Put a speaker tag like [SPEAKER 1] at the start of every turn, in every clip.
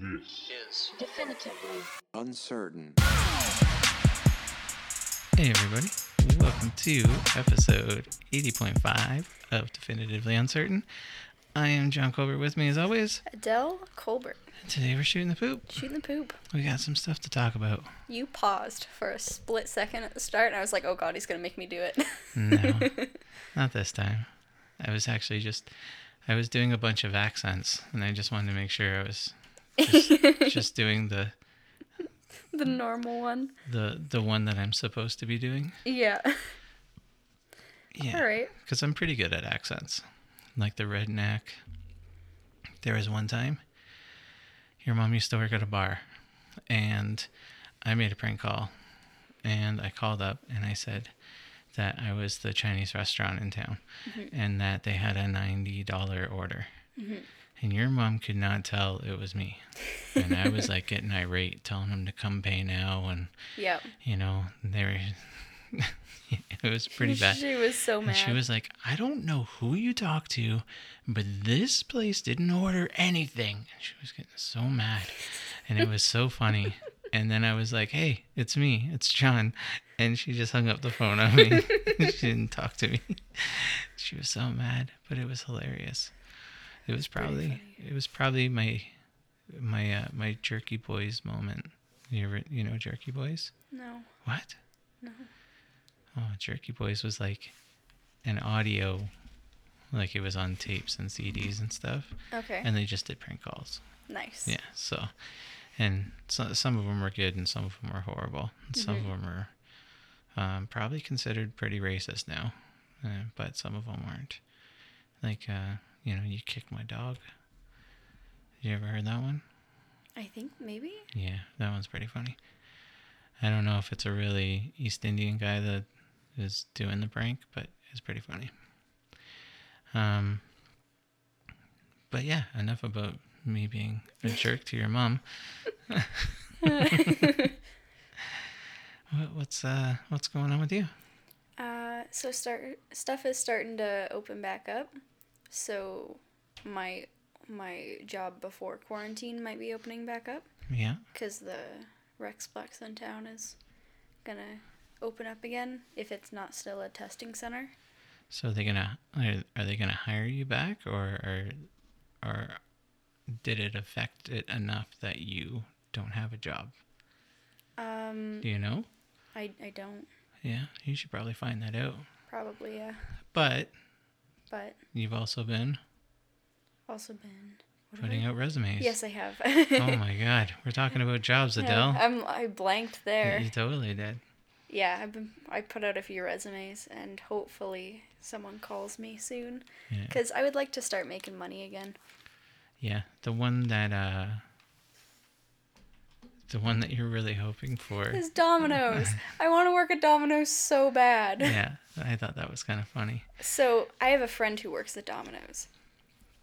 [SPEAKER 1] Yes.
[SPEAKER 2] Yes.
[SPEAKER 3] Definitively.
[SPEAKER 4] Uncertain.
[SPEAKER 5] Hey, everybody. Welcome to episode 80.5 of Definitively Uncertain. I am John Colbert with me as always.
[SPEAKER 6] Adele Colbert.
[SPEAKER 5] Today we're shooting the poop.
[SPEAKER 6] Shooting the poop.
[SPEAKER 5] We got some stuff to talk about.
[SPEAKER 6] You paused for a split second at the start, and I was like, oh god, he's going to make me do it.
[SPEAKER 5] No, not this time. I was actually just, I was doing a bunch of accents and I just wanted to make sure I was just, just doing the,
[SPEAKER 6] the normal one.
[SPEAKER 5] the, the one that I'm supposed to be doing.
[SPEAKER 6] Yeah.
[SPEAKER 5] Yeah.
[SPEAKER 6] All right.
[SPEAKER 5] Because I'm pretty good at accents, like the redneck. There was one time your mom used to work at a bar, and I made a prank call. And I called up and I said that I was the Chinese restaurant in town and that they had a $90 order. And your mom could not tell it was me. And I was like getting irate, telling them to come pay now. And,
[SPEAKER 6] Yeah.
[SPEAKER 5] you know, they were, it was pretty bad.
[SPEAKER 6] She was so mad.
[SPEAKER 5] And she was like, I don't know who you talked to, but this place didn't order anything. And she was getting so mad. And it was so funny. And then I was like, hey, it's me. It's John. And she just hung up the phone on me. she didn't talk to me. She was so mad, but it was hilarious. It was probably it was probably my my uh, my jerky boys moment. You ever you know jerky boys?
[SPEAKER 6] no.
[SPEAKER 5] What? No. Oh, Jerky Boys was like an audio, like it was on tapes and CDs and stuff,
[SPEAKER 6] Okay.
[SPEAKER 5] and they just did prank calls.
[SPEAKER 6] nice.
[SPEAKER 5] Yeah. So, and so, some of them were good and some of them were horrible. And Some of
[SPEAKER 6] Mm-hmm.
[SPEAKER 5] them are um, probably considered pretty racist now, uh, but some of them weren't. Like, uh, you know, you kicked my dog. You ever heard that one?
[SPEAKER 6] I think maybe.
[SPEAKER 5] Yeah, that one's pretty funny. I don't know if it's a really East Indian guy that is doing the prank, but it's pretty funny. Um, but yeah, enough about me being a jerk to your mom. What- what's uh what's going on with you?
[SPEAKER 6] Uh, so start stuff is starting to open back up. So my my job before quarantine might be opening back up
[SPEAKER 5] Yeah,
[SPEAKER 6] because the Rexplex in town is gonna open up again if it's not still a testing center.
[SPEAKER 5] so are they gonna are, are they gonna hire you back or or or did it affect it enough that you don't have a job?
[SPEAKER 6] Um,
[SPEAKER 5] Do you know?
[SPEAKER 6] I, I don't
[SPEAKER 5] Yeah, you should probably find that out.
[SPEAKER 6] probably yeah,
[SPEAKER 5] But
[SPEAKER 6] but
[SPEAKER 5] you've also been
[SPEAKER 6] also been what have
[SPEAKER 5] putting
[SPEAKER 6] I-
[SPEAKER 5] out resumes.
[SPEAKER 6] Mm-hmm. Yes, I have.
[SPEAKER 5] oh my God, we're talking about jobs, Adele.
[SPEAKER 6] I'm I blanked there.
[SPEAKER 5] You totally did.
[SPEAKER 6] Yeah, I've been I put out a few resumes and hopefully someone calls me soon
[SPEAKER 5] Yeah.
[SPEAKER 6] cuz I would like to start making money again.
[SPEAKER 5] Yeah, the one that uh, the one that you're really hoping for.
[SPEAKER 6] Is Domino's. I want to work at Domino's so bad.
[SPEAKER 5] yeah, I thought that was kind of funny.
[SPEAKER 6] So I have a friend who works at Domino's,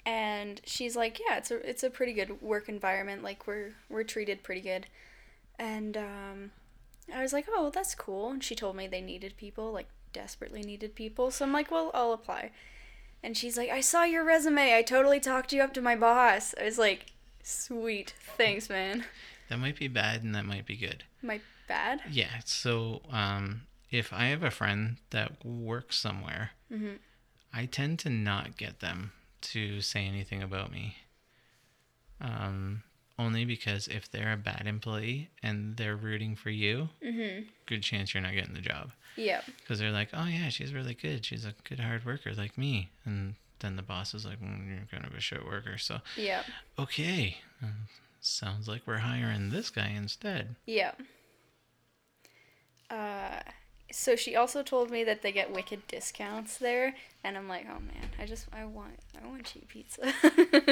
[SPEAKER 6] and she's like, "Yeah, it's a it's a pretty good work environment. Like we're we're treated pretty good." And um, I was like, "Oh, that's cool." And she told me they needed people, like desperately needed people. So I'm like, "Well, I'll apply." And she's like, "I saw your resume. I totally talked you up to my boss." I was like, "Sweet, thanks, man."
[SPEAKER 5] That might be bad and that might be good.
[SPEAKER 6] My bad.
[SPEAKER 5] Yeah. So um, if I have a friend that works somewhere, I tend to not get them to say anything about me. Um, only because if they're a bad employee and they're rooting for you, good chance you're not getting the job.
[SPEAKER 6] Yeah.
[SPEAKER 5] Because they're like, oh yeah, she's really good. She's a good hard worker like me. And then the boss is like, "Mm, you're kind of a shit worker. So
[SPEAKER 6] Yeah.
[SPEAKER 5] okay, um, sounds like we're hiring this guy instead.
[SPEAKER 6] Yeah. Uh, so she also told me that they get wicked discounts there, and I'm like, oh man, I just I want I want cheap pizza.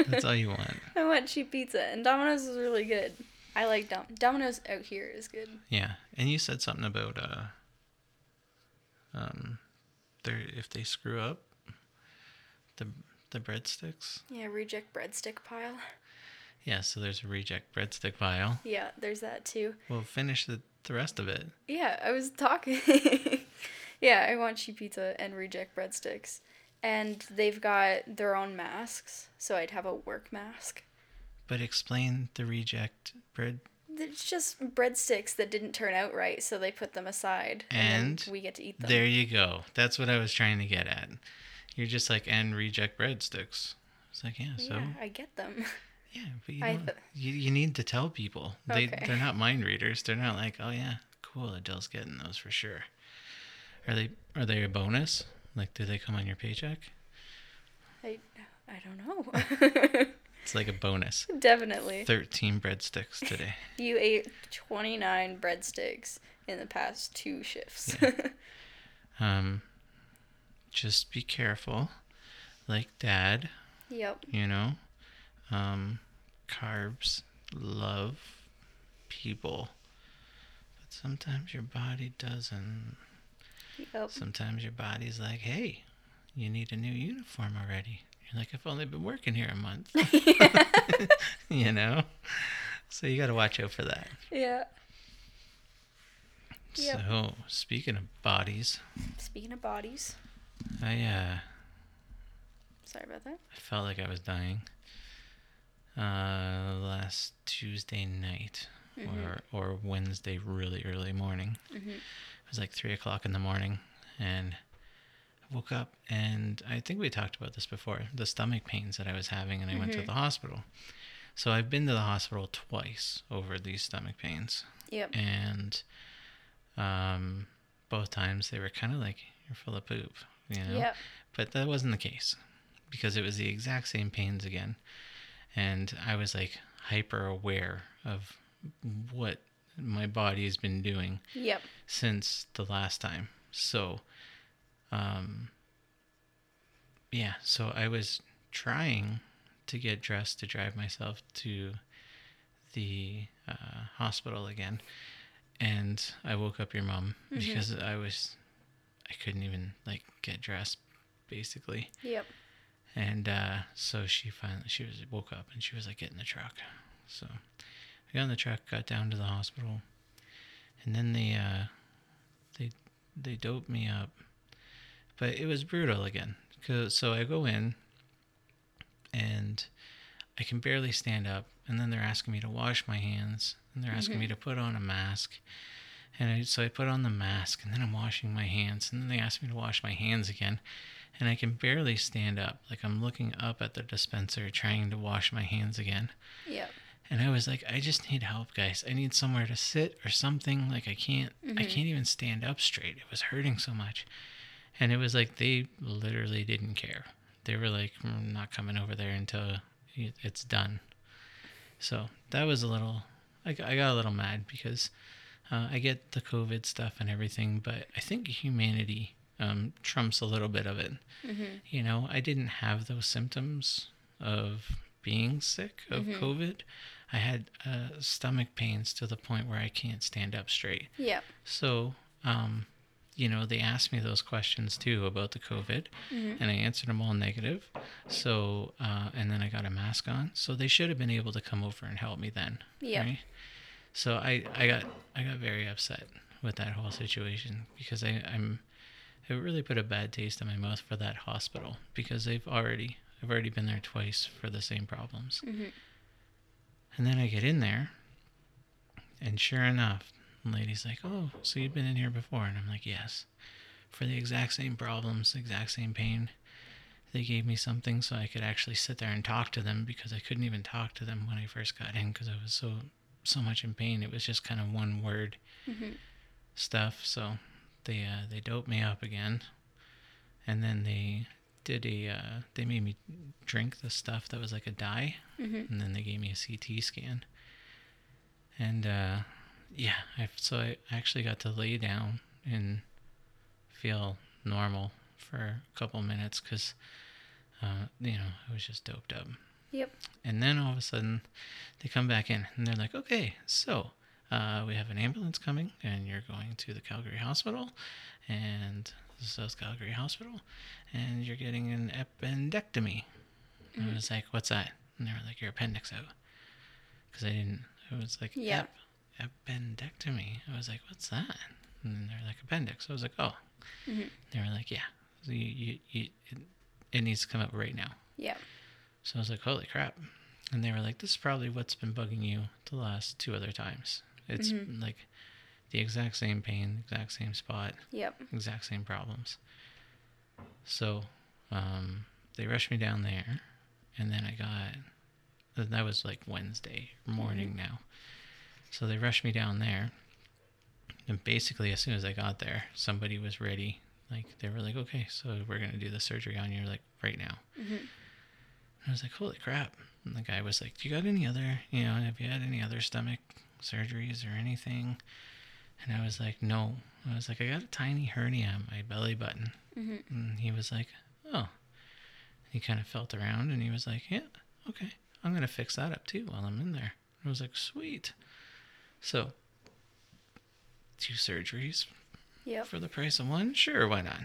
[SPEAKER 5] That's all you want.
[SPEAKER 6] I want cheap pizza, and Domino's is really good. I like Dom- Domino's out here is good.
[SPEAKER 5] Yeah, and you said something about uh, um, they if they screw up, the the breadsticks.
[SPEAKER 6] Yeah, reject breadstick pile.
[SPEAKER 5] Yeah, so there's a reject breadstick pile.
[SPEAKER 6] Yeah, there's that too.
[SPEAKER 5] We'll finish the the rest of it.
[SPEAKER 6] Yeah, I was talking. yeah, I want cheap pizza and reject breadsticks, and they've got their own masks, so I'd have a work mask.
[SPEAKER 5] But explain the reject bread.
[SPEAKER 6] It's just breadsticks that didn't turn out right, so they put them aside,
[SPEAKER 5] And
[SPEAKER 6] then we get to eat them.
[SPEAKER 5] There you go. That's what I was trying to get at. You're just like, and reject breadsticks. It's like, yeah, so
[SPEAKER 6] yeah, I get them.
[SPEAKER 5] yeah, but you,
[SPEAKER 6] I
[SPEAKER 5] don't-
[SPEAKER 6] th-
[SPEAKER 5] you, you need to tell people. They
[SPEAKER 6] Okay.
[SPEAKER 5] they're not mind readers. They're not like, oh yeah, cool, Adele's getting those for sure. Are they are they a bonus? Like, do they come on your paycheck?
[SPEAKER 6] I, I don't know.
[SPEAKER 5] It's like a bonus.
[SPEAKER 6] Definitely.
[SPEAKER 5] Thirteen breadsticks today.
[SPEAKER 6] You ate 29 breadsticks in the past two shifts.
[SPEAKER 5] Um, just be careful, like dad.
[SPEAKER 6] yep.
[SPEAKER 5] you know um carbs love people but sometimes your body doesn't
[SPEAKER 6] Yep.
[SPEAKER 5] sometimes your body's like hey you need a new uniform already you're like i've only been working here a month you know so you got to watch out for that
[SPEAKER 6] Yeah. Yep.
[SPEAKER 5] so speaking of bodies
[SPEAKER 6] Speaking of bodies,
[SPEAKER 5] i uh
[SPEAKER 6] sorry about that.
[SPEAKER 5] I felt like I was dying. Uh, last Tuesday night or or Wednesday, really early morning. It was like three o'clock in the morning, and I woke up and I think we talked about this before. The stomach pains that I was having, and I went to the hospital. So I've been to the hospital twice over these stomach pains
[SPEAKER 6] Yep.
[SPEAKER 5] and um, both times they were kind of like you're full of poop, you know.
[SPEAKER 6] Yep.
[SPEAKER 5] But that wasn't the case because it was the exact same pains again, and I was like hyper aware of what my body has been doing
[SPEAKER 6] Yep.
[SPEAKER 5] since the last time. So, um, yeah, so I was trying to get dressed to drive myself to the uh, hospital again. And I woke up your mom because I was, I couldn't even like get dressed basically.
[SPEAKER 6] Yep.
[SPEAKER 5] And uh, so she finally she was woke up and she was like, "Get in the truck." So I got in the truck, got down to the hospital, and then they uh, they they doped me up, but it was brutal again. 'Cause- so I go in, and I can barely stand up, and then they're asking me to wash my hands, and they're asking me to put on a mask. And I, so I put on the mask, and then I'm washing my hands, and then they ask me to wash my hands again and I can barely stand up. Like I'm looking up at the dispenser trying to wash my hands again.
[SPEAKER 6] Yep.
[SPEAKER 5] And I was like, I just need help, guys. I need somewhere to sit or something. Like I can't I can't even stand up straight. It was hurting so much. And it was like they literally didn't care. They were like, "Mm, not coming over there until it- it's done. So that was a little, I, got- I got a little mad because uh, I get the COVID stuff and everything, but I think humanity um, trumps a little bit of it. You know, I didn't have those symptoms of being sick of COVID. I had uh, stomach pains to the point where I can't stand up straight.
[SPEAKER 6] Yep.
[SPEAKER 5] So, um, you know, they asked me those questions too about the COVID, and I answered them all negative. So, uh, and then I got a mask on. So they should have been able to come over and help me then.
[SPEAKER 6] Yep.
[SPEAKER 5] So I, I got I got very upset with that whole situation because I, I'm it really put a bad taste in my mouth for that hospital because they've already I've already been there twice for the same problems. And then I get in there, and sure enough, the lady's like, "Oh, so you've been in here before?" And I'm like, "Yes, for the exact same problems, the exact same pain." They gave me something so I could actually sit there and talk to them because I couldn't even talk to them when I first got in because I was so so much in pain. It was just kind of one word stuff. So they uh, they doped me up again, and then they did a uh, they made me drink the stuff that was like a dye,
[SPEAKER 6] Mm-hmm.
[SPEAKER 5] and then they gave me a CT scan. And uh, yeah, I, so I actually got to lay down and feel normal for a couple minutes because uh, you know I was just doped up.
[SPEAKER 6] Yep.
[SPEAKER 5] And then all of a sudden, they come back in and they're like, okay, so uh, we have an ambulance coming and you're going to the Calgary Hospital and the South Calgary Hospital and you're getting an appendectomy. And I was like, what's that? And they were like, your appendix out. Because I didn't, I was like,
[SPEAKER 6] Yeah.
[SPEAKER 5] "Ap- appendectomy. I was like, what's that? And then they're like, appendix. I was like, oh. They were like, yeah, so you, you, you, it, it needs to come out right now.
[SPEAKER 6] Yep.
[SPEAKER 5] So I was like, holy crap. And they were like, this is probably what's been bugging you the last two other times. It's like the exact same pain, exact same spot,
[SPEAKER 6] Yep.
[SPEAKER 5] exact same problems. So um, they rushed me down there. And then I got, that- that was like Wednesday morning now. So they rushed me down there. And basically, as soon as I got there, somebody was ready. Like, they were like, okay, so we're going to do the surgery on you, like, right now. I was like, holy crap. And the guy was like, do you got any other, you know, have you had any other stomach surgeries or anything? And I was like, no. I was like, I got a tiny hernia on my belly button. And he was like, oh. He kind of felt around and he was like, yeah, okay. I'm going to fix that up too while I'm in there. I was like, sweet. So, two surgeries
[SPEAKER 6] Yep.
[SPEAKER 5] for the price of one? Sure, why not?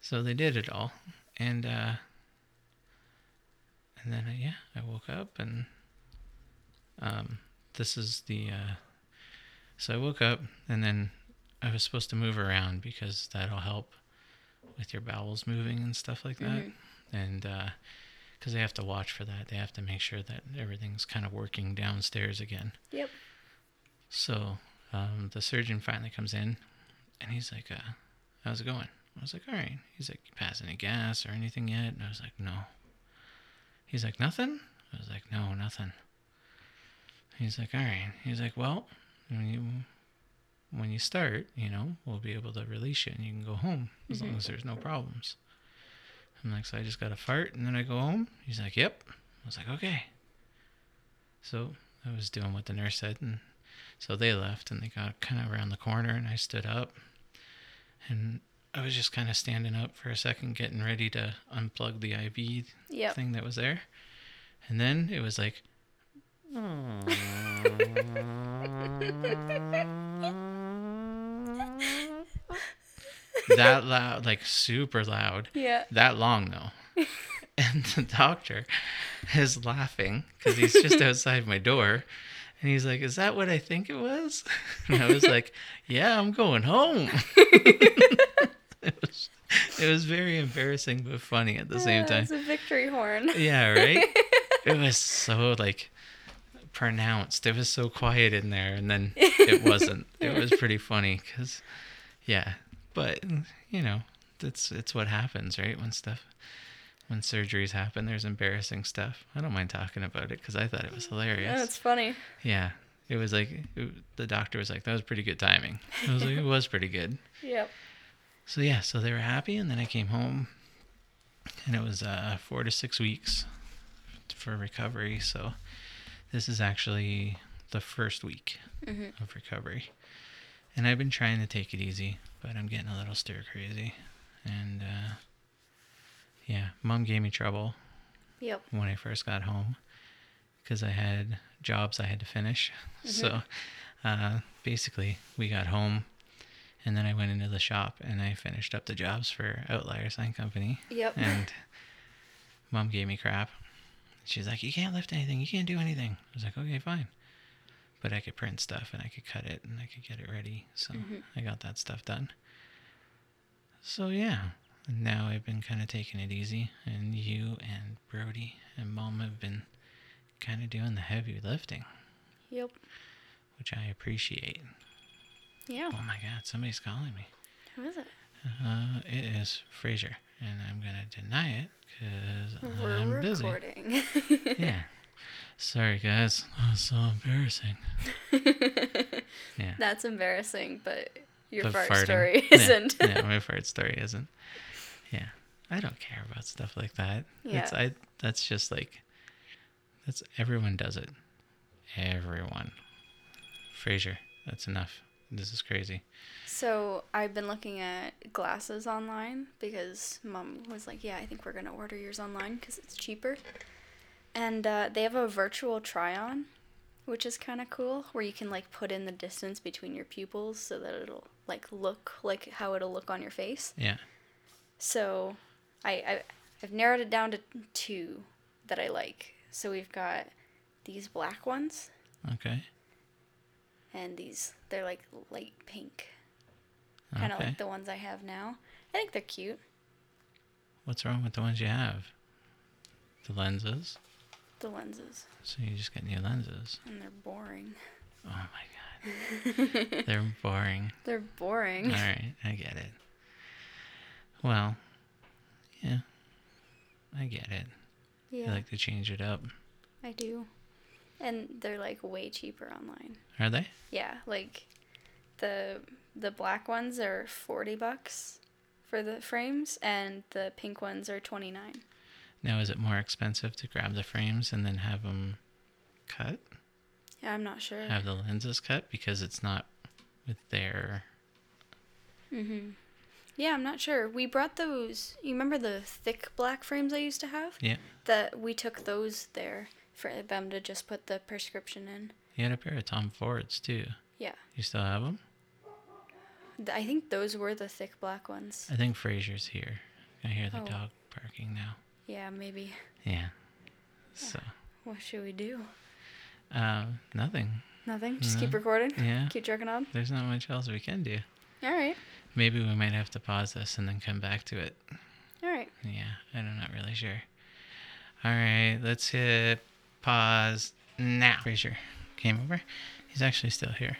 [SPEAKER 5] so they did it all, and uh, and then uh, yeah, I woke up and um, this is the uh, so I woke up and then I was supposed to move around because that'll help with your bowels moving and stuff like that,
[SPEAKER 6] Mm-hmm.
[SPEAKER 5] and. Uh, because they have to watch for that. They have to make sure that everything's kind of working downstairs again.
[SPEAKER 6] Yep.
[SPEAKER 5] So um, the surgeon finally comes in and he's like, uh, How's it going? I was like, All right. He's like, You pass any gas or anything yet? And I was like, No. He's like, Nothing? I was like, No, nothing. He's like, All right. He's like, Well, when you, when you start, you know, we'll be able to release you and you can go home as long as there's no problems. I'm like, So I just got a fart and then I go home? He's like, Yep. I was like, Okay. So I was doing what the nurse said and so they left and they got kind of around the corner and I stood up and I was just kind of standing up for a second, getting ready to unplug the IV
[SPEAKER 6] Yep.
[SPEAKER 5] thing that was there. And then it was like, that loud, like super loud.
[SPEAKER 6] Yeah.
[SPEAKER 5] That long though. and the doctor is laughing because he's just outside my door. And he's like, Is that what I think it was? And I was like, Yeah, I'm going home. it, was, it was very embarrassing but funny at the same time.
[SPEAKER 6] It's a victory horn.
[SPEAKER 5] Yeah, right? it was so like pronounced. It was so quiet in there and then it wasn't. it was pretty funny cuz yeah, but you know, that's it's what happens, right? When stuff when surgeries happen, there's embarrassing stuff. I don't mind talking about it cuz I thought it was hilarious.
[SPEAKER 6] That's funny.
[SPEAKER 5] yeah. It was like it, the doctor was like, "That was pretty good timing." I was like, "It was pretty good."
[SPEAKER 6] Yep.
[SPEAKER 5] So yeah, so they were happy, and then I came home, and it was uh, four to six weeks for recovery. So this is actually the first week
[SPEAKER 6] Mm-hmm.
[SPEAKER 5] of recovery, and I've been trying to take it easy, but I'm getting a little stir crazy, and uh, yeah, mom gave me trouble
[SPEAKER 6] Yep.
[SPEAKER 5] when I first got home because I had jobs I had to finish. So uh, basically, we got home and then I went into the shop and I finished up the jobs for Outlier Sign Company.
[SPEAKER 6] Yep.
[SPEAKER 5] And mom gave me crap. She's like, You can't lift anything. You can't do anything. I was like, Okay, fine. But I could print stuff and I could cut it and I could get it ready. So
[SPEAKER 6] Mm-hmm.
[SPEAKER 5] I got that stuff done. So yeah, now I've been kind of taking it easy. And you and Brody and mom have been kind of doing the heavy lifting,
[SPEAKER 6] Yep.
[SPEAKER 5] which I appreciate.
[SPEAKER 6] Yeah.
[SPEAKER 5] Oh my God, somebody's calling me.
[SPEAKER 6] How is it?
[SPEAKER 5] Uh, it is Fraser, and I'm gonna deny it because
[SPEAKER 6] We're
[SPEAKER 5] I'm busy.
[SPEAKER 6] recording.
[SPEAKER 5] Yeah. Sorry, guys. That was so embarrassing. yeah.
[SPEAKER 6] That's embarrassing, but your
[SPEAKER 5] The
[SPEAKER 6] fart
[SPEAKER 5] farting.
[SPEAKER 6] story
[SPEAKER 5] Yeah,
[SPEAKER 6] isn't.
[SPEAKER 5] Yeah, my fart story isn't. Yeah. I don't care about stuff like that. It's
[SPEAKER 6] Yeah.
[SPEAKER 5] I that's just like that's everyone does it. Everyone. Fraser, that's enough. This is crazy.
[SPEAKER 6] So I've been looking at glasses online because mom was like, "Yeah, I think we're gonna order yours online because it's cheaper." And uh, they have a virtual try-on, which is kind of cool, where you can like put in the distance between your pupils so that it'll like look like how it'll look on your face.
[SPEAKER 5] Yeah.
[SPEAKER 6] So I, I I've narrowed it down to two that I like. So we've got these black ones
[SPEAKER 5] Okay.
[SPEAKER 6] and these they're like light pink, kind of
[SPEAKER 5] okay.
[SPEAKER 6] like the ones I have now. I think they're cute.
[SPEAKER 5] What's wrong with the ones you have? The lenses.
[SPEAKER 6] The lenses.
[SPEAKER 5] So you just get new lenses.
[SPEAKER 6] And they're boring.
[SPEAKER 5] Oh my god. They're boring.
[SPEAKER 6] They're boring.
[SPEAKER 5] All right, I get it. Well, yeah. I get it.
[SPEAKER 6] Yeah,
[SPEAKER 5] You like to change it up.
[SPEAKER 6] I do. And they're like way cheaper online.
[SPEAKER 5] Are they?
[SPEAKER 6] Yeah, like the the black ones are 40 bucks for the frames and the pink ones are 29.
[SPEAKER 5] Now is it more expensive to grab the frames and then have them cut?
[SPEAKER 6] Yeah, I'm not sure.
[SPEAKER 5] Have the lenses cut because it's not with their
[SPEAKER 6] Yeah, I'm not sure. We brought those. You remember the thick black frames I used to have?
[SPEAKER 5] Yeah.
[SPEAKER 6] That we took those there for them to just put the prescription in.
[SPEAKER 5] You had a pair of Tom Fords too.
[SPEAKER 6] Yeah.
[SPEAKER 5] You still have them?
[SPEAKER 6] Th- I think those were the thick black ones.
[SPEAKER 5] I think Frazier's here. I hear the
[SPEAKER 6] Oh.
[SPEAKER 5] dog barking now.
[SPEAKER 6] Yeah, maybe.
[SPEAKER 5] Yeah. So,
[SPEAKER 6] What should we do?
[SPEAKER 5] um, nothing.
[SPEAKER 6] Nothing. Just keep recording.
[SPEAKER 5] Mm-hmm. Yeah.
[SPEAKER 6] Keep jerking on.
[SPEAKER 5] There's not much else we can do.
[SPEAKER 6] All right.
[SPEAKER 5] Maybe we might have to pause this and then come back to it.
[SPEAKER 6] All right.
[SPEAKER 5] Yeah, I'm not really sure. All right, let's hit pause now. Frazier came over. He's actually still here,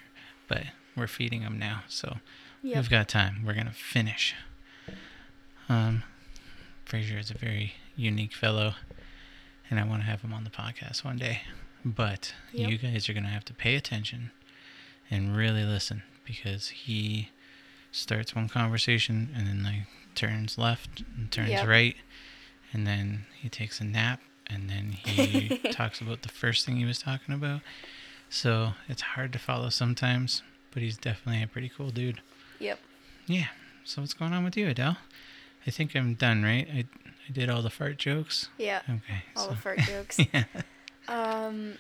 [SPEAKER 5] but we're feeding him now, so
[SPEAKER 6] Yep.
[SPEAKER 5] we've got time. We're gonna finish. Um, Frazier is a very unique fellow, and I want to have him on the podcast one day. But
[SPEAKER 6] Yep.
[SPEAKER 5] you guys are gonna have to pay attention and really listen because he starts one conversation and then like turns left and turns
[SPEAKER 6] Yep.
[SPEAKER 5] right and then he takes a nap and then he talks about the first thing he was talking about so it's hard to follow sometimes but he's definitely a pretty cool dude
[SPEAKER 6] Yep.
[SPEAKER 5] yeah so what's going on with you adele i think i'm done right i, I did all the fart jokes
[SPEAKER 6] Yeah.
[SPEAKER 5] okay
[SPEAKER 6] All
[SPEAKER 5] so-
[SPEAKER 6] the fart jokes.
[SPEAKER 5] yeah
[SPEAKER 6] Um,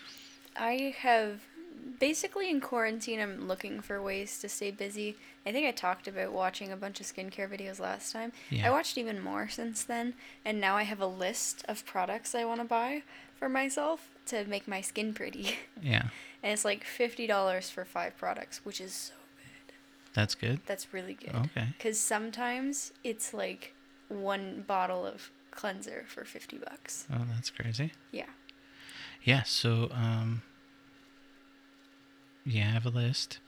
[SPEAKER 6] I have basically in quarantine. I'm looking for ways to stay busy. I think I talked about watching a bunch of skincare videos last time.
[SPEAKER 5] Yeah.
[SPEAKER 6] I watched even more since then, and now I have a list of products I want to buy for myself to make my skin pretty.
[SPEAKER 5] yeah
[SPEAKER 6] and it's like fifty dollars for five products, which is so good.
[SPEAKER 5] that's good
[SPEAKER 6] That's really good.
[SPEAKER 5] Okay.
[SPEAKER 6] Because sometimes it's like one bottle of cleanser for fifty bucks.
[SPEAKER 5] oh that's crazy
[SPEAKER 6] Yeah.
[SPEAKER 5] Yeah, so um you have a list.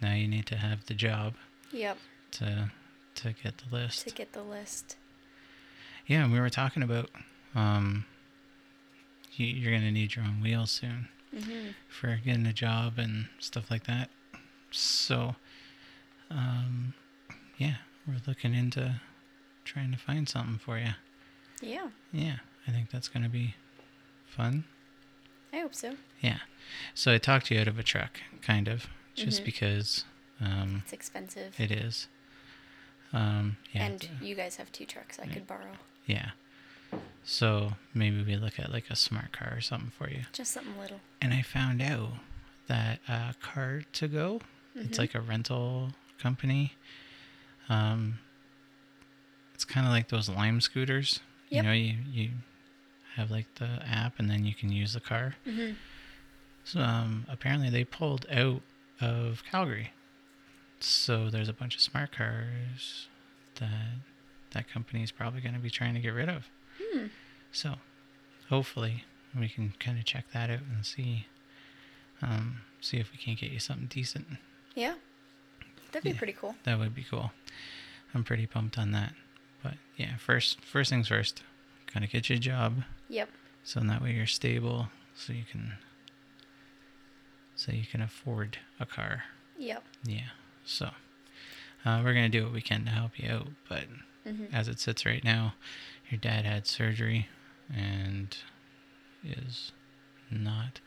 [SPEAKER 5] Now you need to have the job
[SPEAKER 6] Yep.
[SPEAKER 5] to to get the list.
[SPEAKER 6] To get the list.
[SPEAKER 5] yeah, and we were talking about um you, you're going to need your own wheels soon
[SPEAKER 6] hmm
[SPEAKER 5] for getting a job and stuff like that. So um yeah, we're looking into trying to find something for you.
[SPEAKER 6] Yeah.
[SPEAKER 5] Yeah, I think that's going to be fun.
[SPEAKER 6] I hope so.
[SPEAKER 5] Yeah. So I talked you out of a truck, kind of, just
[SPEAKER 6] Mhm.
[SPEAKER 5] because um,
[SPEAKER 6] It's expensive.
[SPEAKER 5] it is. Um, yeah.
[SPEAKER 6] and you guys have two trucks I could borrow.
[SPEAKER 5] yeah. So maybe we look at like a smart car or something for you.
[SPEAKER 6] Just something little.
[SPEAKER 5] And I found out that uh, Car to Go,
[SPEAKER 6] Mm-hmm.
[SPEAKER 5] it's like a rental company. Um, it's kind of like those Lime scooters.
[SPEAKER 6] Yep.
[SPEAKER 5] You know, you you have like the app, and then you can use the car.
[SPEAKER 6] Mm-hmm.
[SPEAKER 5] So, um, apparently they pulled out of Calgary. So there's a bunch of smart cars that that company is probably going to be trying to get rid of.
[SPEAKER 6] Hmm.
[SPEAKER 5] So hopefully we can kind of check that out and see um, see if we can't get you something decent.
[SPEAKER 6] Yeah. That'd be
[SPEAKER 5] Yeah.
[SPEAKER 6] pretty cool.
[SPEAKER 5] That would be cool. I'm pretty pumped on that. But yeah, first first things first, gotta get you a job.
[SPEAKER 6] Yep.
[SPEAKER 5] So in that way you're stable, so you can so you can afford a car.
[SPEAKER 6] Yep.
[SPEAKER 5] Yeah. So uh, we're gonna do what we can to help you out, but as it sits right now, your dad had surgery and is not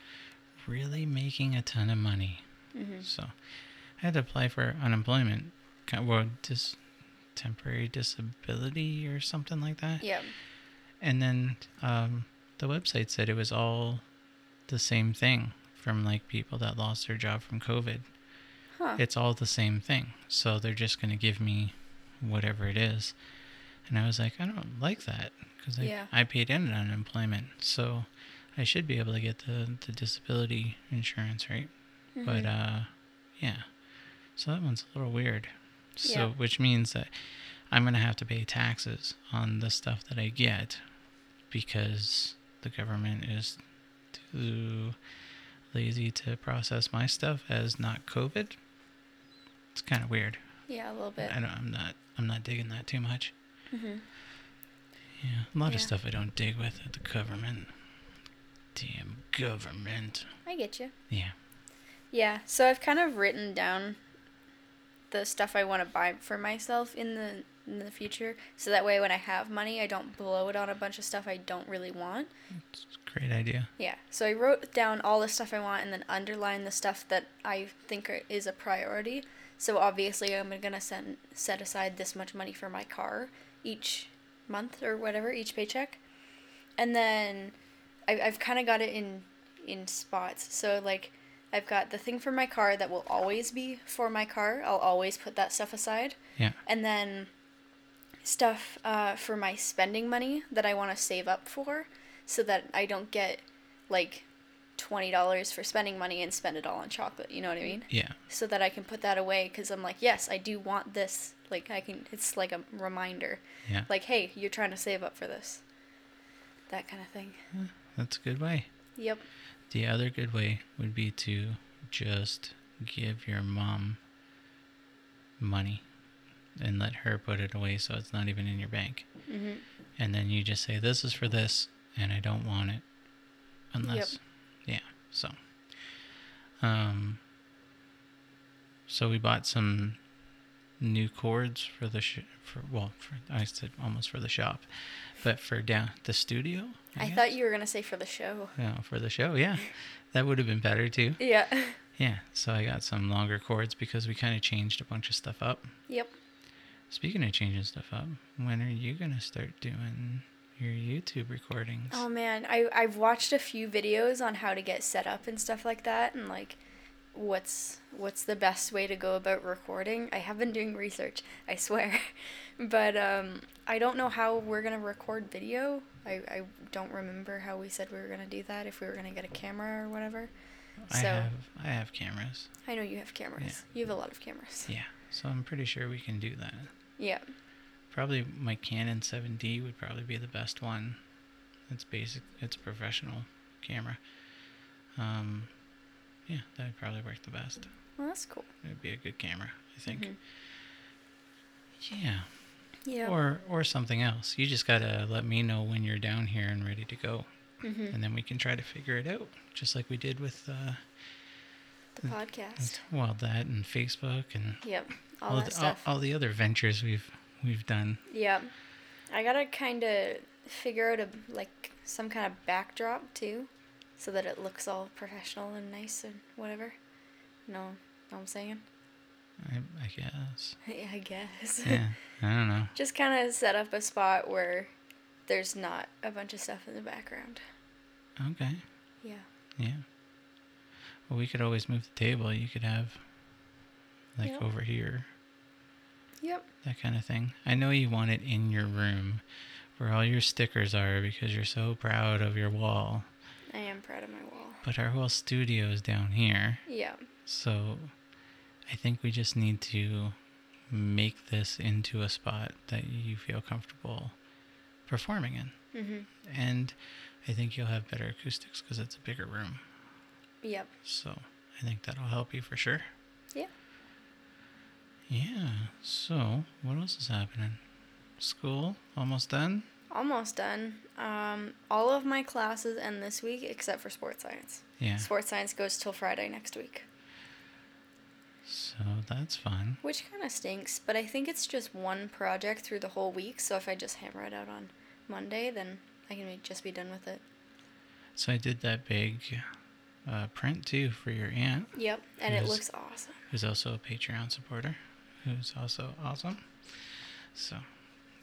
[SPEAKER 5] really making a ton of money.
[SPEAKER 6] Mm-hmm.
[SPEAKER 5] So I had to apply for unemployment, kind- well, dis- temporary disability or something like that.
[SPEAKER 6] Yep.
[SPEAKER 5] And then um, the website said it was all the same thing from like people that lost their job from COVID.
[SPEAKER 6] Huh.
[SPEAKER 5] It's all the same thing. So they're just going to give me whatever it is. And I was like, I don't like that because I,
[SPEAKER 6] Yeah.
[SPEAKER 5] I paid in on unemployment. So I should be able to get the, the disability insurance, right? But
[SPEAKER 6] Mm-hmm.
[SPEAKER 5] uh, yeah. So that one's a little weird. So,
[SPEAKER 6] Yeah.
[SPEAKER 5] which means that I'm going to have to pay taxes on the stuff that I get because the government is too lazy to process my stuff as not COVID. It's kind of weird.
[SPEAKER 6] Yeah, a little bit.
[SPEAKER 5] I don't. I'm not. I'm not digging that too much. Yeah, a lot
[SPEAKER 6] Mm-hmm. Yeah.
[SPEAKER 5] of stuff I don't dig with at the government. Damn government.
[SPEAKER 6] I get you.
[SPEAKER 5] Yeah.
[SPEAKER 6] Yeah, so I've kind of written down the stuff I want to buy for myself in the in the future, so that way when I have money, I don't blow it on a bunch of stuff I don't really want.
[SPEAKER 5] It's a great idea.
[SPEAKER 6] Yeah, so I wrote down all the stuff I want and then underlined the stuff that I think are, is a priority. So obviously, I'm gonna send, set aside this much money for my car each month or whatever, each paycheck, and then I, I've kind of got it in in spots. So like, I've got the thing for my car that will always be for my car. I'll always put that stuff aside
[SPEAKER 5] Yeah.
[SPEAKER 6] and then stuff uh, for my spending money that I want to save up for, so that I don't get like twenty dollars for spending money and spend it all on chocolate. You know what I mean?
[SPEAKER 5] Yeah.
[SPEAKER 6] So that I can put that away because I'm like, yes, I do want this. Like I can, it's like a reminder.
[SPEAKER 5] Yeah.
[SPEAKER 6] Like, hey, you're trying to save up for this. That kind of thing.
[SPEAKER 5] That's a good way.
[SPEAKER 6] Yep.
[SPEAKER 5] The other good way would be to just give your mom money and let her put it away so it's not even in your bank.
[SPEAKER 6] Mm-hmm.
[SPEAKER 5] And then you just say, This is for this, and I don't want it. Unless, yeah. So, um, so we bought some new cords for the, sh- for, well, for, I said almost for the shop, but for down the studio.
[SPEAKER 6] I
[SPEAKER 5] guess?
[SPEAKER 6] thought you were gonna say for the show.
[SPEAKER 5] Yeah, uh, for the show, yeah. That would have been better too.
[SPEAKER 6] Yeah.
[SPEAKER 5] Yeah, so I got some longer chords because we kind of changed a bunch of stuff up.
[SPEAKER 6] yep.
[SPEAKER 5] Speaking of changing stuff up, when are you going to start doing your YouTube recordings?
[SPEAKER 6] Oh man, I I've watched a few videos on how to get set up and stuff like that and like what's what's the best way to go about recording. I have been doing research, I swear. But um I don't know how we're going to record video. I I don't remember how we said we were going to do that if we were going to get a camera or whatever.
[SPEAKER 5] I
[SPEAKER 6] so-
[SPEAKER 5] have I have cameras.
[SPEAKER 6] I know you have cameras. You have a lot of cameras.
[SPEAKER 5] Yeah. So I'm pretty sure we can do that.
[SPEAKER 6] Yeah.
[SPEAKER 5] Probably my Canon 7D would probably be the best one. It's basic, it's a professional camera. Um yeah, that would probably work the best.
[SPEAKER 6] Well, that's cool.
[SPEAKER 5] It would be a good camera, I think.
[SPEAKER 6] Mm-hmm.
[SPEAKER 5] Yeah.
[SPEAKER 6] Yeah.
[SPEAKER 5] or or something else. You just gotta let me know when you're down here and ready to go,
[SPEAKER 6] Mm-hmm.
[SPEAKER 5] and then we can try to figure it out, just like we did with uh,
[SPEAKER 6] the podcast.
[SPEAKER 5] well that and Facebook and
[SPEAKER 6] Yep. All,
[SPEAKER 5] all
[SPEAKER 6] that
[SPEAKER 5] the, all,
[SPEAKER 6] stuff.
[SPEAKER 5] all the other ventures we've we've done.
[SPEAKER 6] Yeah. I gotta kind of figure out a like some kind of backdrop too, so that it looks all professional and nice and whatever. No, know what I'm saying?
[SPEAKER 5] I, I guess.
[SPEAKER 6] yeah, I guess.
[SPEAKER 5] Yeah, I don't know.
[SPEAKER 6] Just kind of set up a spot where there's not a bunch of stuff in the background.
[SPEAKER 5] Okay,
[SPEAKER 6] Yeah.
[SPEAKER 5] yeah. Well, we could always move the table. You could have like
[SPEAKER 6] Yeah.
[SPEAKER 5] over here,
[SPEAKER 6] Yep.
[SPEAKER 5] that kind of thing. I know you want it in your room, where all your stickers are, because you're so proud of your wall.
[SPEAKER 6] I am proud of my wall.
[SPEAKER 5] But our whole studio is down here.
[SPEAKER 6] Yeah.
[SPEAKER 5] So I think we just need to make this into a spot that you feel comfortable performing in. Mm-hmm. And I think you'll have better acoustics because it's a bigger room.
[SPEAKER 6] Yep.
[SPEAKER 5] So I think that'll help you for sure.
[SPEAKER 6] Yeah.
[SPEAKER 5] Yeah. So what else is happening? School almost done?
[SPEAKER 6] Almost done. Um, all of my classes end this week except for sports science.
[SPEAKER 5] Yeah.
[SPEAKER 6] Sports science goes till Friday next week.
[SPEAKER 5] So that's fun.
[SPEAKER 6] Which kind of stinks, but I think it's just one project through the whole week, so if I just hammer it out on Monday, then I can be- just be done with it.
[SPEAKER 5] So I did that big uh, print too for your aunt.
[SPEAKER 6] Yep, and it
[SPEAKER 5] Yes.
[SPEAKER 6] looks awesome.
[SPEAKER 5] who's also a Patreon supporter, who's also awesome. So,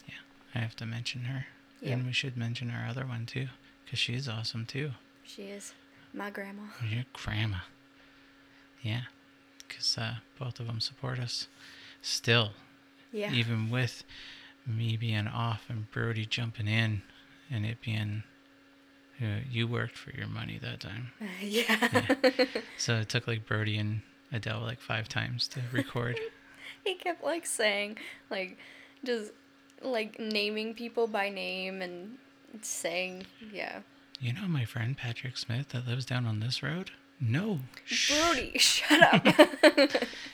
[SPEAKER 5] yeah, I have to mention her.
[SPEAKER 6] Yeah.
[SPEAKER 5] And we should mention our other one too, because she's awesome too.
[SPEAKER 6] She is my grandma.
[SPEAKER 5] Your Oh, grandma. Yeah, because uh, both of them support us still,
[SPEAKER 6] Yeah.
[SPEAKER 5] even with me being off and Brody jumping in and it being. Uh, you worked for your money that time.
[SPEAKER 6] yeah.
[SPEAKER 5] So it took like Brody and Adele like five times to record.
[SPEAKER 6] he kept like saying, like, just like naming people by name and saying, yeah,
[SPEAKER 5] You know my friend Patrick Smith that lives down on this road? No. Shh.
[SPEAKER 6] Brody, shut up.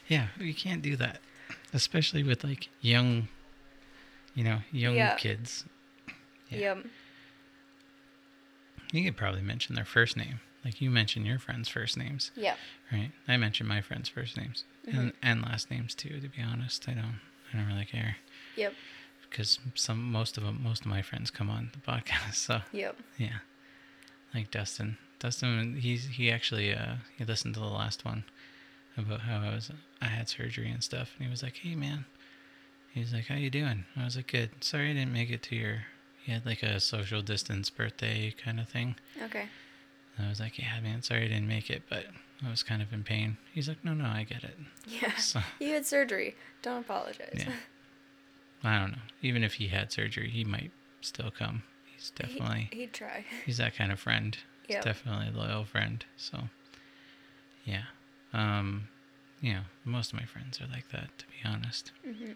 [SPEAKER 5] Yeah, you can't do that. Especially with like young, you know, young
[SPEAKER 6] Yeah.
[SPEAKER 5] kids. Yeah.
[SPEAKER 6] Yep.
[SPEAKER 5] You could probably mention their first name. Like you mentioned your friends' first names,
[SPEAKER 6] Yep.
[SPEAKER 5] right? I mentioned my friends' first names and, and last names too. To be honest, I don't I don't really care
[SPEAKER 6] Yep.
[SPEAKER 5] because some most of 'em- most of my friends come on the podcast. So
[SPEAKER 6] Yep.
[SPEAKER 5] Yeah. Like Dustin. Dustin he's he actually uh he listened to the last one about how I was I had surgery and stuff and he was like, Hey man He was like, How you doing? I was like, Good. Sorry I didn't make it to your he had like a social distance birthday kind of thing.
[SPEAKER 6] Okay.
[SPEAKER 5] And I was like, Yeah man, sorry I didn't make it but I was kind of in pain. He's like, No, no, I get it.
[SPEAKER 6] Yeah.
[SPEAKER 5] So
[SPEAKER 6] You had surgery. Don't apologize.
[SPEAKER 5] Yeah. I don't know. Even if he had surgery, he might still come. He's
[SPEAKER 6] He-
[SPEAKER 5] definitely
[SPEAKER 6] He'd try.
[SPEAKER 5] he's that kind of friend. He's
[SPEAKER 6] Yep.
[SPEAKER 5] definitely a loyal friend. So, yeah. Um, yeah, most of my friends are like that, to be honest.
[SPEAKER 6] Mm-hmm.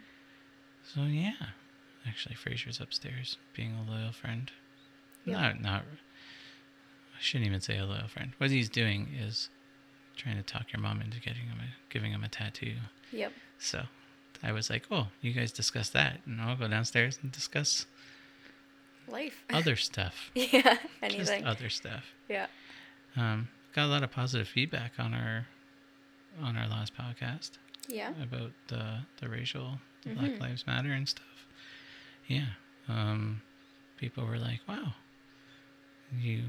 [SPEAKER 5] So, yeah. Actually, Fraser's upstairs being a loyal friend.
[SPEAKER 6] Yep.
[SPEAKER 5] Not, not, I shouldn't even say a loyal friend. What he's doing is trying to talk your mom into getting him a, giving him a tattoo.
[SPEAKER 6] Yep.
[SPEAKER 5] So, I was like, oh, you guys discuss that, and I'll go downstairs and discuss
[SPEAKER 6] Life.
[SPEAKER 5] other stuff.
[SPEAKER 6] yeah.
[SPEAKER 5] Just uh,
[SPEAKER 6] Anything.
[SPEAKER 5] other stuff.
[SPEAKER 6] yeah.
[SPEAKER 5] um, got a lot of positive feedback on our on our last podcast
[SPEAKER 6] Yeah.
[SPEAKER 5] about the the racial the Black Lives Matter and stuff. Yeah, um, people were like, "Wow, you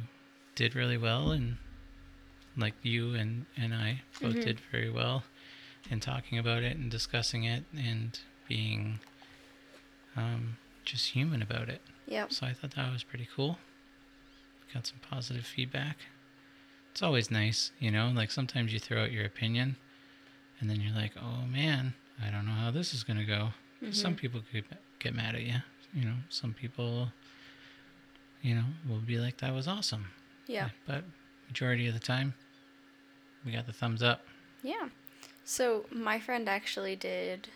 [SPEAKER 5] did really well," and like you and and I both did very well in talking about it and discussing it and being um, just human about it.
[SPEAKER 6] Yep.
[SPEAKER 5] So I thought that was pretty cool. Got some positive feedback. It's always nice, you know, like sometimes you throw out your opinion and then you're like, oh man, I don't know how this is going to go. Some people could get mad at you. You know, some people, you know, will be like, that was awesome.
[SPEAKER 6] Yeah.
[SPEAKER 5] But majority of the time, we got the thumbs up.
[SPEAKER 6] Yeah. So my friend actually did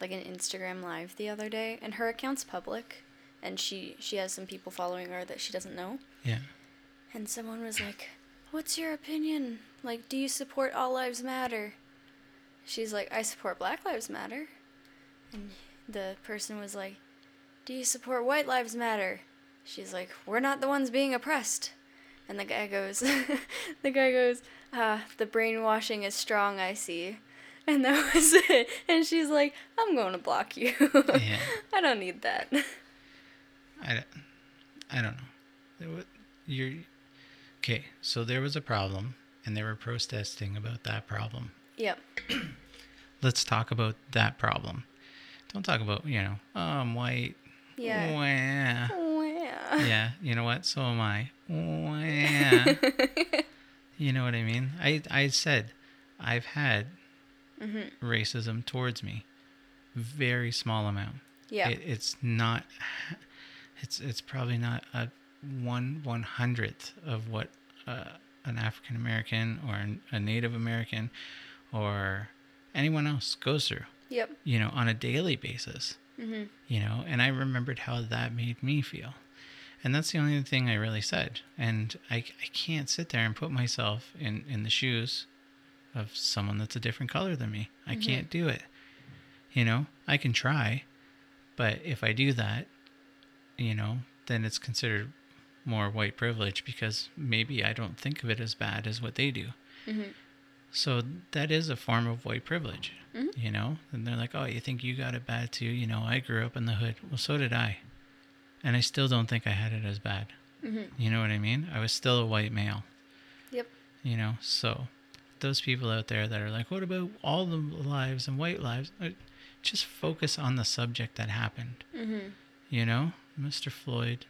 [SPEAKER 6] like an Instagram live the other day and her account's public and she she has some people following her that she doesn't know.
[SPEAKER 5] Yeah.
[SPEAKER 6] And someone was like, "What's your opinion? Like do you support all lives matter?" She's like, "I support Black Lives Matter." And the person was like, "Do you support White Lives Matter?" She's like, "We're not the ones being oppressed." And the guy goes, the guy goes, ah, the brainwashing is strong, I see. And that was it. And she's like, I'm going to block you.
[SPEAKER 5] Yeah.
[SPEAKER 6] I don't need that.
[SPEAKER 5] I, d- I don't know. There wa- You're, okay, so there was a problem and they were protesting about that problem.
[SPEAKER 6] yep.
[SPEAKER 5] let's talk about that problem. Don't talk about, you know, oh, I'm white.
[SPEAKER 6] Yeah.
[SPEAKER 5] Wah.
[SPEAKER 6] Wow.
[SPEAKER 5] Yeah, you know what? So am I. Wah. you know what I mean? I, I said I've had racism towards me, very small amount.
[SPEAKER 6] Yeah.
[SPEAKER 5] It, it's not, it's, it's probably not a one one hundredth of what uh, an African American or an- a Native American or anyone else goes through
[SPEAKER 6] Yep.
[SPEAKER 5] you know, on a daily basis. You know, and I remembered how that made me feel. And that's the only thing I really said. And I, I can't sit there and put myself in, in the shoes of someone that's a different color than me. I can't do it. You know, I can try, but if I do that, you know, then it's considered more white privilege because maybe I don't think of it as bad as what they do. So that is a form of white privilege, you know? And they're like, oh, you think you got it bad too? You know, I grew up in the hood. Well, so did I. And I still don't think I had it as bad. You know what I mean? I was still a white male,
[SPEAKER 6] Yep.
[SPEAKER 5] you know? So those people out there that are like, what about all the lives and white lives? Uh, Just focus on the subject that happened. You know, Mr. Floyd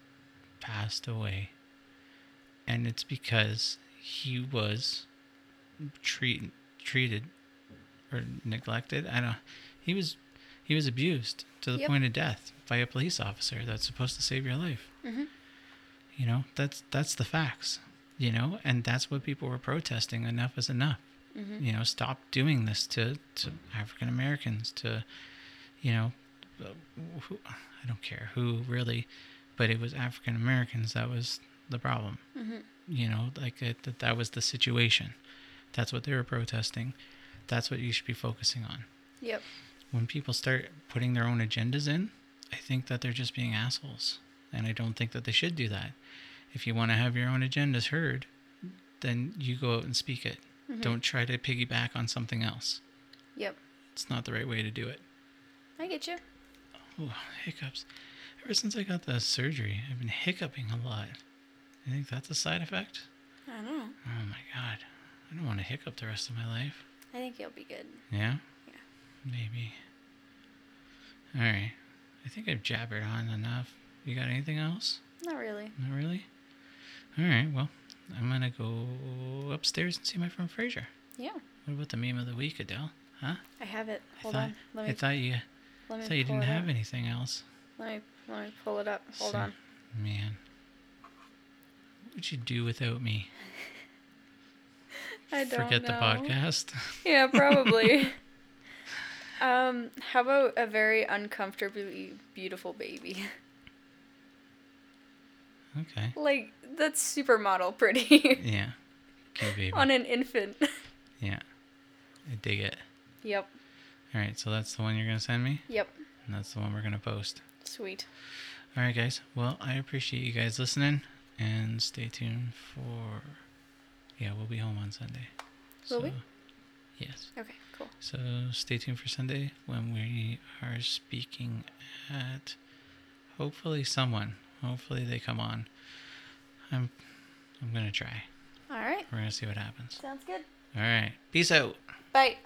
[SPEAKER 5] passed away. And it's because he was treat, treated or neglected. I don't. He was he was abused to the
[SPEAKER 6] Yep.
[SPEAKER 5] point of death by a police officer that's supposed to save your life. You know that's that's the facts. You know, and that's what people were protesting. Enough is enough. You know, stop doing this to to African Americans. To you know, uh, who, I don't care who really, but it was African Americans that was the problem. You know, like it, that, that was the situation. That's what they were protesting. That's what you should be focusing on.
[SPEAKER 6] Yep.
[SPEAKER 5] When people start putting their own agendas in, I think that they're just being assholes. And I don't think that they should do that. If you want to have your own agendas heard, then you go out and speak it. Don't try to piggyback on something else.
[SPEAKER 6] Yep.
[SPEAKER 5] It's not the right way to do it.
[SPEAKER 6] I get you.
[SPEAKER 5] Ooh, hiccups. Ever since I got the surgery, I've been hiccuping a lot. You think that's a side effect?
[SPEAKER 6] I don't know.
[SPEAKER 5] Oh my god. I don't want to hiccup the rest of my life.
[SPEAKER 6] I think you'll be good.
[SPEAKER 5] Yeah?
[SPEAKER 6] Yeah.
[SPEAKER 5] Maybe. Alright. I think I've jabbered on enough. You got anything else?
[SPEAKER 6] Not really.
[SPEAKER 5] Not really? Alright, well, I'm gonna go upstairs and see my friend Fraser.
[SPEAKER 6] Yeah.
[SPEAKER 5] What about the meme of the week, Adele? Huh?
[SPEAKER 6] I have it. Hold
[SPEAKER 5] I thought,
[SPEAKER 6] on. Let
[SPEAKER 5] I
[SPEAKER 6] me.
[SPEAKER 5] thought you
[SPEAKER 6] let
[SPEAKER 5] I
[SPEAKER 6] me
[SPEAKER 5] thought you
[SPEAKER 6] pull
[SPEAKER 5] didn't
[SPEAKER 6] it
[SPEAKER 5] have
[SPEAKER 6] up.
[SPEAKER 5] anything else.
[SPEAKER 6] Let me. Let me pull it up. Hold
[SPEAKER 5] So-
[SPEAKER 6] on.
[SPEAKER 5] Man. What would you do without me?
[SPEAKER 6] I don't
[SPEAKER 5] Forget the
[SPEAKER 6] know.
[SPEAKER 5] podcast.
[SPEAKER 6] Yeah, probably. um, how about a very uncomfortably beautiful baby?
[SPEAKER 5] okay.
[SPEAKER 6] like that's supermodel pretty
[SPEAKER 5] Yeah. Cute baby.
[SPEAKER 6] on an infant.
[SPEAKER 5] yeah. I dig it.
[SPEAKER 6] yep.
[SPEAKER 5] All right, so that's the one you're going to send me,
[SPEAKER 6] Yep.
[SPEAKER 5] and that's the one we're going to post.
[SPEAKER 6] Sweet.
[SPEAKER 5] All right, guys. Well, I appreciate you guys listening, and stay tuned for. Yeah, we'll be home on Sunday.
[SPEAKER 6] Will we?
[SPEAKER 5] Yes.
[SPEAKER 6] Okay. Cool.
[SPEAKER 5] So stay tuned for Sunday when we are speaking at hopefully someone. Hopefully they come on. I'm I'm going to try.
[SPEAKER 6] All right.
[SPEAKER 5] We're going to see what happens.
[SPEAKER 6] Sounds good.
[SPEAKER 5] All right. Peace out.
[SPEAKER 6] Bye.